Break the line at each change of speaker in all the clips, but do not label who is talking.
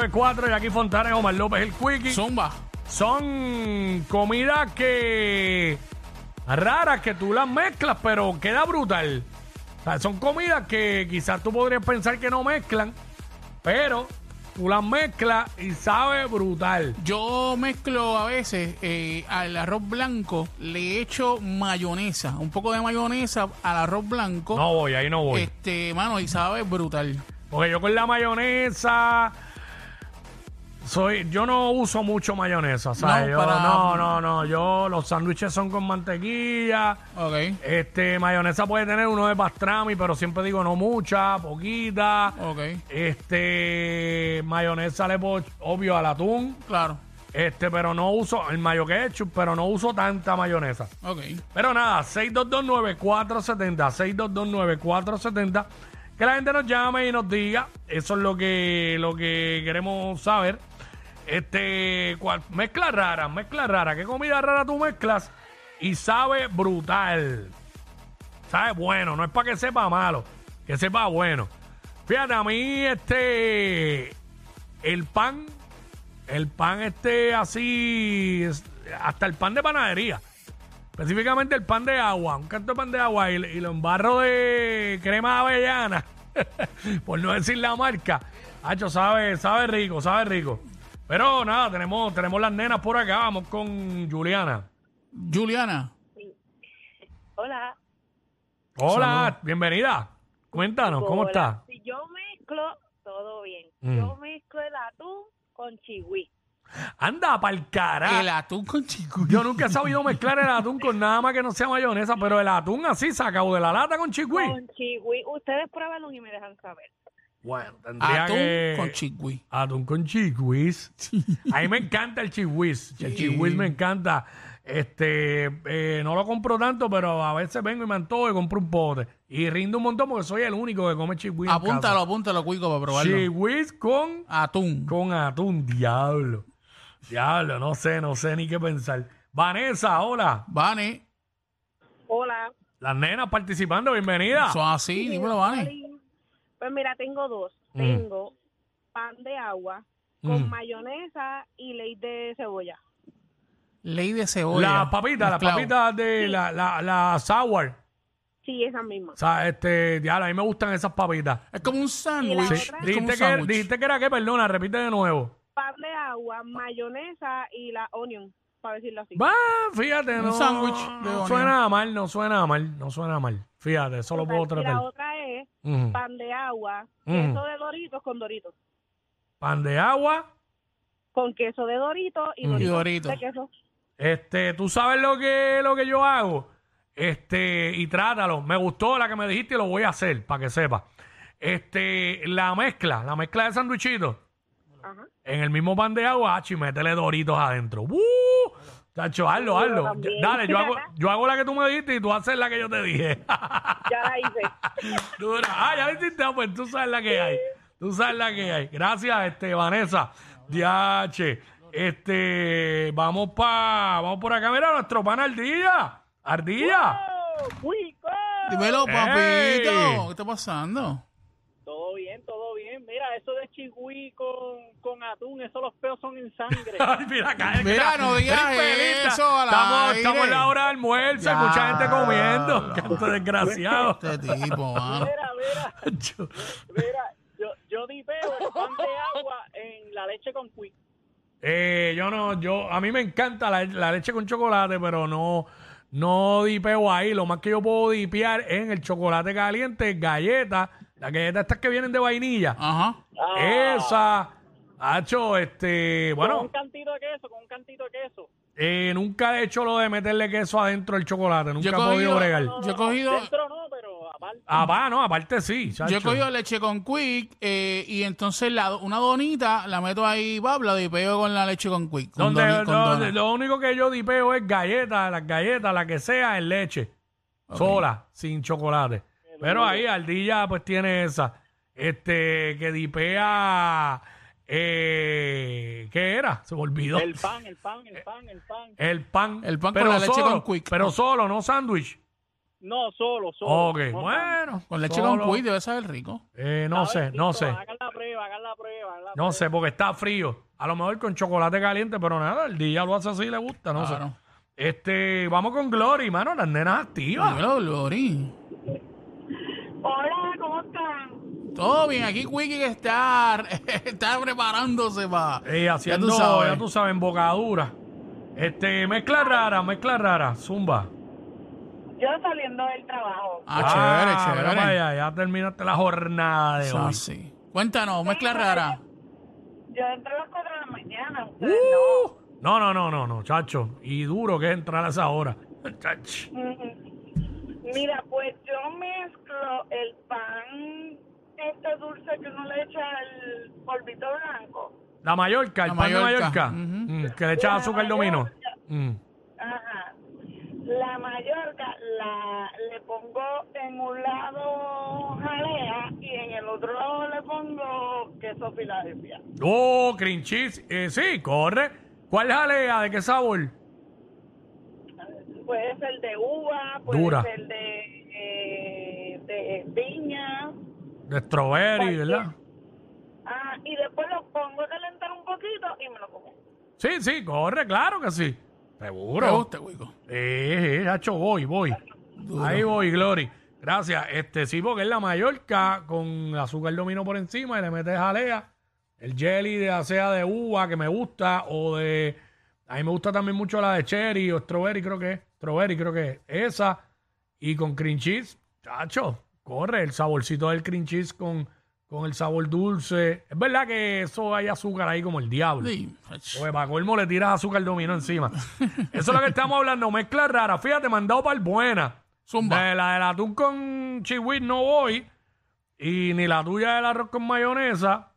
9494, Jackie Fontanes, Omar López, el Quickie.
Zumba.
Son comidas que. raras que tú las mezclas, pero queda brutal. O sea, son comidas que quizás tú podrías pensar que no mezclan, pero tú las mezclas y sabe brutal.
Yo mezclo a veces eh, al arroz blanco, le echo mayonesa, un poco de mayonesa al arroz blanco.
No voy, ahí no voy.
Este, mano, y sabe brutal.
Porque yo con la mayonesa. Soy, yo no uso mucho mayonesa, ¿sabes?
No,
Yo-
para-
no, no, no. Yo, los sándwiches son con mantequilla.
Ok.
Este, mayonesa puede tener uno de pastrami, pero siempre digo no mucha, poquita.
Ok.
Este, mayonesa le puedo, obvio, al atún.
Claro.
Este, pero no uso, el mayo ketchup, pero no uso tanta mayonesa.
Ok.
Pero nada, 6229470, 6229470. Que la gente nos llame y nos diga, eso es lo que, lo que queremos saber. Este, cual, mezcla rara, mezcla rara. ¿Qué comida rara tú mezclas? Y sabe brutal. Sabe bueno, no es para que sepa malo, que sepa bueno. Fíjate, a mí este, el pan, el pan este así, es- hasta el pan de panadería. Específicamente el pan de agua, un canto de pan de agua y, y lo embarro de crema de avellana, por no decir la marca. Hacho, sabe, sabe rico, sabe rico. Pero nada, tenemos, tenemos las nenas por acá, vamos con Juliana.
Juliana.
Hola.
Hola,
Saludos.
bienvenida. Cuéntanos, ¿cómo
Hola.
estás?
Si yo mezclo, todo bien.
Mm.
Yo mezclo el atún con chihui.
Anda, pa'l carajo.
El atún con chico.
Ah. Yo nunca he sabido mezclar el atún con nada más que no sea mayonesa, pero el atún así sacado de la lata con chigüí.
Con chihui. Ustedes pruébanlo y me dejan saber.
Bueno, tendría
Atún
que...
con chigüí.
Atún con chihuiz. A mí me encanta el chihuiz. El
Sí.
chihuiz me encanta. Este, eh, no lo compro tanto, pero a veces vengo y me antojo y compro un pote. Y rindo un montón porque soy el único que come chihuiz. en
Apúntalo, apúntalo, cuico, para
casa.
probarlo.
Chihuiz con,
Atún.
con atún, diablo. Diablo, no sé, no sé ni qué pensar. Vanessa, hola.
Vane.
Hola.
Las nenas participando, bienvenida.
Son así, dímelo, Vane.
Pues mira, tengo dos.
Mm.
Tengo pan de agua con
Mm.
mayonesa y ley de cebolla.
Ley de cebolla.
Las papitas, las
Mezclado.
papitas de la, la, la sour.
Sí, esa misma.
O sea, este, diablo, a mí me gustan esas papitas.
Es como un
Sí.
sándwich. Es como
Dijiste
un
que,
sándwich.
dijiste que era que, perdona, repite de nuevo.
Pan de agua, mayonesa y la onion, para decirlo así.
Va, Ah, fíjate,
Un
no,
sándwich de
no
onion.
suena mal, no suena mal, no suena mal. Fíjate, eso lo puedo
y
tratar.
la otra es
Ujú.
pan de agua,
Mm.
queso de doritos con doritos.
Pan de agua.
Con queso de doritos y
Mm.
Y
doritos
Doritos.
de queso.
Este, tú sabes lo que, lo que yo hago. Este, y trátalo. Me gustó la que me dijiste y lo voy a hacer, para que sepa. Este, la mezcla, la mezcla de sandwichitos.
Ajá.
en el mismo pan de agua, achi, métele doritos adentro. ¡Uh! Chacho, hazlo,
Yo
hazlo.
también.
Dale, yo hago, yo hago la que tú me diste y tú haces la que yo te dije.
Ya la hice.
Dura. Ah, ya lo hiciste, ah, pues tú sabes la que hay. Tú sabes la que hay. Gracias, este, Vanessa. Diache. Este, vamos pa, vamos por acá. Mira, nuestro pan Ardilla. Ardilla.
¡Oh! ¡Cuico!
Dímelo,
¡Ey!
papito. ¿Qué está pasando?
Todo bien, todo bien. Mira, eso de chigüí con, con atún, eso los peos son en sangre.
Ay, mira, cállate.
Uh. Mira, no digas
Trimpelita.
eso al
Estamos,
aire.
estamos en la hora de almuerzo y
Ya.
mucha gente comiendo. Canto desgraciado.
Este tipo, mano.
Mira, mira,
Yo-
mira. Yo, yo dipeo el pan de agua en la leche con cuico.
Eh, yo no, yo, a mí me encanta la, la leche con chocolate, pero no, no dipeo ahí. Lo más que yo puedo dipear es en el chocolate caliente, galletas, las galletas estas que vienen de vainilla.
Ajá. Ah.
Esa, hacho, este,
Ah, Con un
bueno,
cantito de queso, con un cantito de queso.
eh, nunca he hecho lo de meterle queso adentro del chocolate, nunca
Yo
he
he
podido
cogido-
bregar.
Yo he cogido-
Dentro no, pero aparte.
Ah, va, no, aparte sí. chacho.
Yo he cogido leche con quick eh, y entonces la, do- una donita la meto ahí, babla, y pego con la leche con quick. Con
Donde-
doni- con
donde-
dona.
lo único que yo dipeo es galletas, las galletas, la que sea, en leche. Sola, sin chocolate. Pero ahí Ardilla pues tiene esa. Este, que dipea... Eh, ¿Qué era? Se me olvidó.
El pan, el pan, el pan, el pan.
El pan.
El pan con la leche con quick.
Pero solo, no sándwich.
No, solo, solo.
Ok,
no tanto.
bueno.
Con leche
solo-
con cuy debe saber rico.
Eh, no
A ver,
sé, no
Tito,
sé.
Hagan la prueba, hagan la prueba. hagan la
No sé, porque está frío. A lo mejor con chocolate caliente, pero nada, el día lo hace así y le gusta, no
Claro.
sé. Este, vamos con Glory, mano, las nenas activas.
Dímelo, Glory.
Hola, ¿cómo están?
Todo bien, aquí Quickie que está, está preparándose para.
Eh, haciendo, ya tú sabes,
sabes.
embocadura. Este, mezcla rara, mezcla rara, zumba.
Yo saliendo del trabajo.
Ah,
mira
chévere,
para
chévere.
allá, ya terminaste la jornada de
Eso
hoy.
así. Cuéntanos, mezcla rara.
Yo entro a las 4 de la mañana. ustedes
Uh, no, no, no, no, no, chacho. Y duro que es entrar a esa hora. Chacho.
no. Mm, Mira, pues yo mezclo el pan, este dulce que uno le echa al polvito blanco.
La Mallorca, el
La
pan de
Mallorca,
Mallorca.
ujú.
Mm, que le echas azúcar dominó. Mm.
Ajá. La Mallorca la, le pongo en un lado jalea y en el otro lado le pongo queso Filadelfia.
Oh, cream cheese. Eh, sí, corre. ¿Cuál jalea? ¿De qué sabor?
Puede ser de uva, puede
Dura.
ser de, eh, de piña.
De strawberry, ¿verdad?
Ah, y después lo pongo a calentar un poquito y me lo como.
Sí, sí, corre, claro que sí.
Me
Seguro.
gusta, Quico.
Eh, eh, chacho, voy, voy. Ahí voy, Glory. Gracias. Este sí, porque es la Mallorca con azúcar dominó por encima y le metes jalea. El jelly de ya sea de uva que me gusta o de... A mí me gusta también mucho la de cherry o strawberry, creo que es. Strawberry, creo que es. Esa y con cream cheese. Chacho, corre el saborcito del cream cheese con, con el sabor dulce. Es verdad que eso hay azúcar ahí como el diablo.
Sí, ach.
Oye, para colmo le tiras azúcar dominó encima. Eso es lo que estamos hablando, mezcla rara. Fíjate, mandado para el buena.
Zumba.
De la del atún con chihuahua no voy. Y ni la tuya del arroz con mayonesa.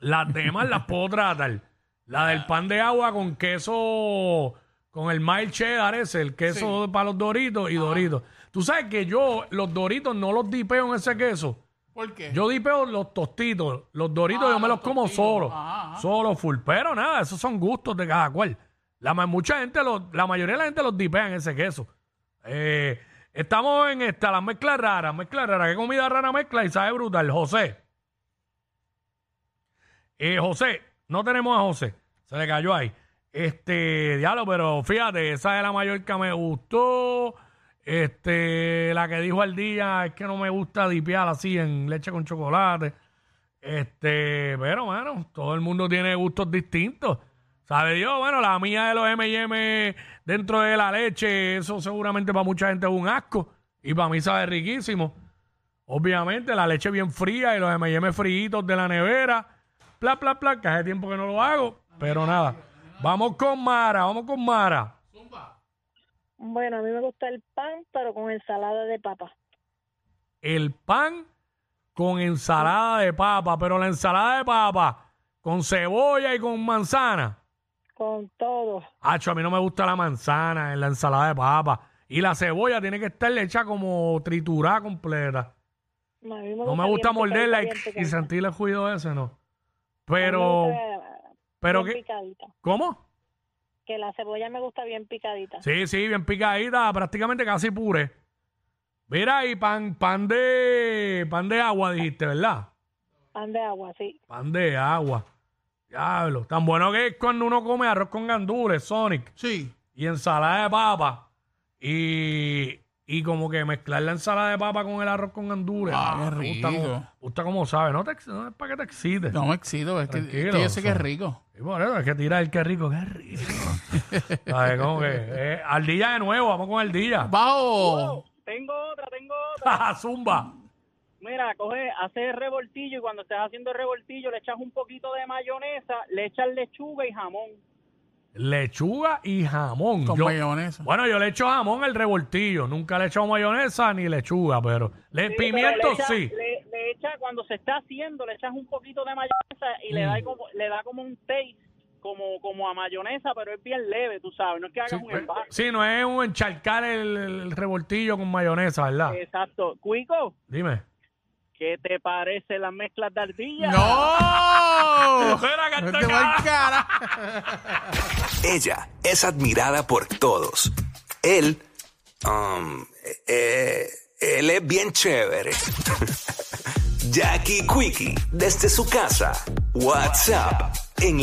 Las demás las puedo tratar. La del pan de agua con queso, con el mild cheddar ese, el queso para los doritos y doritos. Tú sabes que yo los doritos no los dipeo en ese queso.
¿Por qué?
Yo dipeo los tostitos, los doritos
Ah,
yo me
los
los como
tostitos.
solo,
Ajá, ajá.
solo full, pero nada, esos son gustos de cada cual. La, ma- mucha gente, los- la mayoría de la gente los dipea en ese queso. Eh, estamos en esta, la mezcla rara, mezcla rara, qué comida rara mezcla y sabe brutal, José. Eh, José, no tenemos a José, se le cayó ahí. Este, diablo, pero fíjate, esa de la Mallorca me gustó. Este, la que dijo al día es que no me gusta dipear así en leche con chocolate. Este, pero bueno, todo el mundo tiene gustos distintos. ¿Sabe Dios? Bueno, la mía de los M&M dentro de la leche, eso seguramente para mucha gente es un asco. Y para mí sabe riquísimo. Obviamente, la leche bien fría y los M&M fritos de la nevera. Pla, pla, pla, que hace tiempo que no lo hago. Pero nada, vamos con Mara, vamos con Mara.
Bueno, a mí me gusta el pan, pero con ensalada de papa.
el pan con ensalada de papa, pero la ensalada de papa con cebolla y con manzana.
Con todo.
Hacho, a mí no me gusta la manzana en la ensalada de papa. Y la cebolla tiene que estar hecha como triturada completa.
A mí
No me gusta
bien
morderla y,
picadita,
y
bien
sentir el juido ese, no.
picadita. A
Pero,
mí me gusta
pero
bien
¿qué?
picadita.
¿Cómo?
Que la cebolla me gusta bien picadita.
Sí, sí, bien picadita, prácticamente casi pure. Mira, y pan, pan de, pan de agua dijiste, ¿verdad?
Pan de agua, sí.
Pan de agua. Diablo. Tan bueno que es cuando uno come arroz con gandules, Sonic,
Sí.
y ensalada de papa. Y, y como que mezclar la ensalada de papa con el arroz con gandules.
Ah, qué
me gusta
rico.
como, gusta como sabe. No, te, ex- no es para que te excites.
No me excito, es que, es que
Tranquilo,
yo sé que
o
es
sea.
rico.
Y por eso, es que tirar el qué rico, qué rico. ¿Sabes? Como que, eh, al día de nuevo, vamos con el día.
¡Bajo!
Tengo otra, tengo otra.
Zumba.
Mira, coge, haces revoltillo y cuando estés haciendo el revoltillo le echas un poquito de mayonesa, le echas lechuga y jamón.
Lechuga y jamón.
Con
Yo-
mayonesa.
Bueno, yo le echo jamón al revoltillo. Nunca le he echado mayonesa ni lechuga, pero. Le,
Sí,
pimiento
pero le echa-
sí.
Le, le echa, cuando se está haciendo, le echas un poquito de mayonesa y le,
Mm.
da como, le da como un taste, como, como a mayonesa, pero es bien leve, tú sabes, no es que hagas
Sí, pues,
un
pe-
embarque.
sí, no es un encharcar el, el revoltillo con mayonesa, ¿verdad?
Exacto. Cuico,
Dime.
¿qué te parece las mezclas de ardilla?
¡No!
Espera, que
¡No
estoy
te va
acá.
el cara!
Ella es admirada por todos. Él, um, eh, él es bien chévere. Jackie Quickie, desde su casa. WhatsApp en